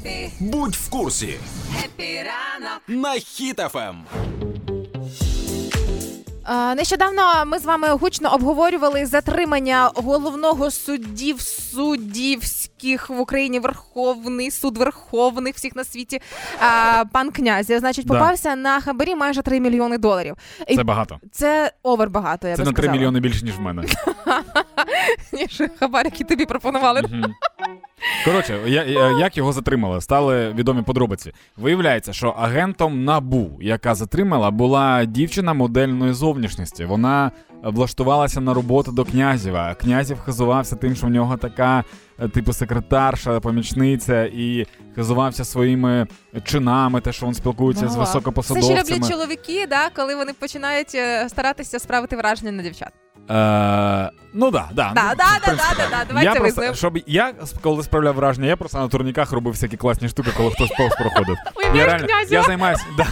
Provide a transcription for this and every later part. Епі, Будь в курсі епі ранок. на Ем. хітафем. Е, Нещодавно ми з вами гучно обговорювали затримання головного суддів суддівських в Україні Верховний суд Верховних всіх на світі. е, Пан князя, значить, Да. попався на хабарі майже 3 мільйони доларів. І Це багато. це овер багато. Я Це би на 3 сказала. мільйони більше, ніж в мене. ніж хабар, який тобі пропонували. Коротше, я, я- як його затримали? Стали відомі подробиці. Виявляється, що агентом Набу, яка затримала, була дівчина модельної зовнішності. Вона влаштувалася на роботу до князєва. Князів хизувався тим, що в нього така, е, типу, секретарша, помічниця, і хизувався своїми чинами, те, що він спілкується з Ага. Ну Це ще високопосадовцями. люблять чоловіки, да, коли вони починають е, старатися справити враження на дівчат. Е, ну да, да. Да, ну, да, в да, принципі, да, да, да, Я давайте Ну, просто, визнаємо. щоб я коли справляв враження, я просто на турніках робив всякі класні штуки, коли хтось повз проходив. Я Уявляєш, Князєва? я займаюся. Да.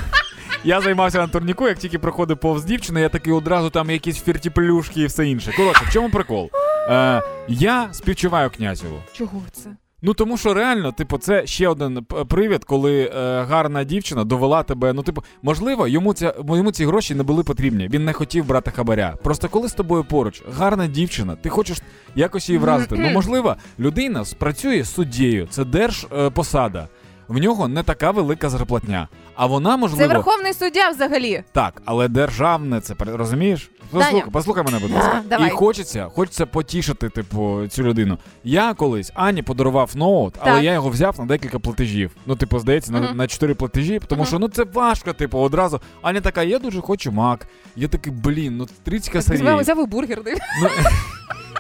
Я займався на турніку, як тільки проходив повз дівчини, я такий одразу там якісь фіртіплюшки і все інше. Коротше, в чому прикол? Е, я співчуваю князеву. Чого це? Ну тому що реально, типу, це ще один п- привід, коли е, гарна дівчина довела тебе. Ну, типу, можливо, йому ця йому ці гроші не були потрібні. Він не хотів брати хабаря. Просто коли з тобою поруч гарна дівчина, ти хочеш якось її вразити. Ну можливо, людина спрацює суддєю, це держпосада. В нього не така велика зарплатня. А вона Це можливо верховний суддя взагалі. так, але державне це пер- розумієш? Послухай, Даня. послухай мене, будь ласка. Давай. І хочеться, хочеться потішити, типу, цю людину. Я колись Ані подарував ноут, Так. але я його взяв на декілька платежів. Ну, типу, здається, на, Мгм. на чотири платежі, тому Мгм. що ну це важко, типу, одразу. Аня така, я дуже хочу мак. Я такий, блін, ну 30 Взяв косарів. взяв і бургер. диви. Ну,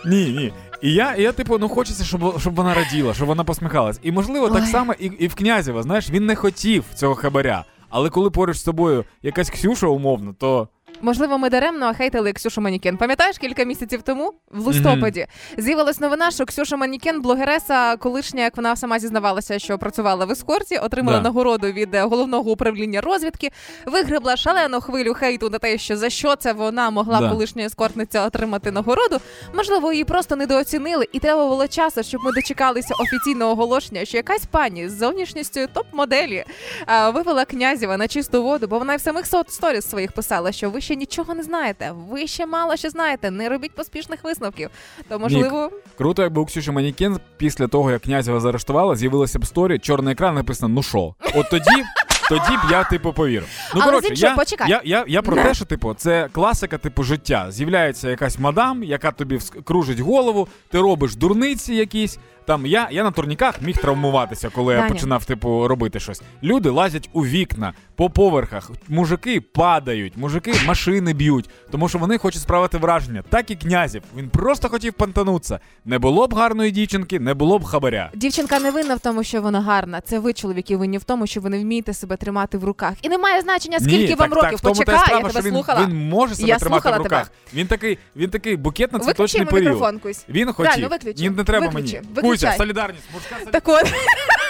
ні, ні. І я, і я, типу, ну хочеться, щоб, щоб вона раділа, щоб вона посміхалась. І можливо, так Ой. само і, і в князєва, знаєш, він не хотів цього хабаря. Але коли поруч з собою якась Ксюша умовно, то Можливо, ми даремно хейтили Ксюшу Манікен. Пам'ятаєш кілька місяців тому, в листопаді, з'явилась новина, що Ксюша Манікен, блогереса, колишня, як вона сама зізнавалася, що працювала в ескорті, отримала Да. нагороду від е, головного управління розвідки, вигребла шалену хвилю хейту на те, що за що це вона могла Да. колишня ескортниця отримати нагороду. Можливо, її просто недооцінили, і треба було часу, щоб ми дочекалися офіційного оголошення, що якась пані з зовнішністю топ-моделі а, вивела князєва на чисту воду, бо вона й в самих со- сторіс своїх писала, що ви ще нічого не знаєте, ви ще мало що знаєте, не робіть поспішних висновків. То можливо, круто, якби у Ксюші Манікен після того, як князєва заарештувала, з'явилася б сторі, чорний екран написано Ну шо? От тоді. Тоді б я типу повірив. Ну Але з коротше, іншого, я, почекай. я, я, я про те, що типу, це класика, типу, життя. З'являється якась мадам, яка тобі вск- кружить голову, ти робиш дурниці якісь. Там я, я на турніках міг травмуватися, коли я Даня. починав типу робити щось. Люди лазять у вікна по поверхах. Мужики падають, мужики машини б'ють, тому що вони хочуть справити враження. Так і князів. Він просто хотів понтанутися. Не було б гарної дівчинки, не було б хабаря. дівчинка не винна в тому, що вона гарна. Це ви, чоловіки, винні в тому, що ви не вмієте себе тримати в руках. І немає значення, скільки Ні, вам так, років. Так, в тому та й Почекай, справа, я тебе що він, слухала. Він може себе Я тримати слухала в руках. Він такий, він такий букет на Виключи цвіточний йому період. мікрофон, Кусь. Він хотів. Реально, виключи. Ні, не треба Виключи, мені. виключай. Кузя, солідарність. Мужська солідарність. Так от.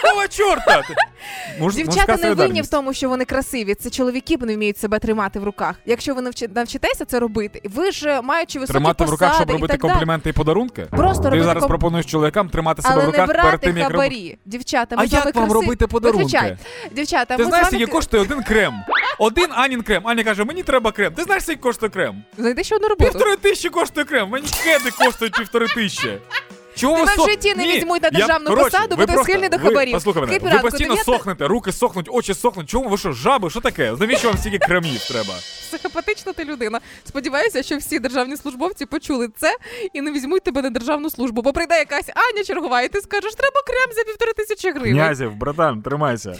Такого чорта. Ти- Муж- мужська Дівчата не винні в солідарність. тому, що вони красиві. Це чоловіки б не вміють себе тримати в руках. Якщо ви навчи- навчитеся це робити, ви ж маючи високі Тримати в руках, щоб посади і робити так далі, компліменти і подарунки. Просто Ти робити зараз комп- пропонуєш чоловікам тримати себе Але в не руках перед брати тим, як робити. хабарі. Дівчата, ми А з вами як вам краси- робити Виключай. подарунки? Дівчата, Ти ми знаєш, з вами... скільки коштує один крем? Один Анін крем. Аня каже, мені треба крем. Ти знаєш, скільки коштує крем? Знайди ще одну роботу. Півтори тисячі коштує крем. Мені кеди коштують півтори тисячі. Чого Тебе со- в житті не Ні, візьмуть на я- державну коротше, посаду, ви бо ти просто- схильний до ви- хабарів. Послухай мене, Скільки ви ранку? постійно Дев'ята? сохнете, руки сохнуть, очі сохнуть. Чому ви що, жаби? Що таке? Навіщо вам стільки кремів треба? Психопатична ти людина. Сподіваюся, що всі державні службовці почули це і не візьмуть тебе на державну службу, бо прийде якась Аня чергова, і ти скажеш, треба крем за півтори тисячі гривень. братан, тримайся.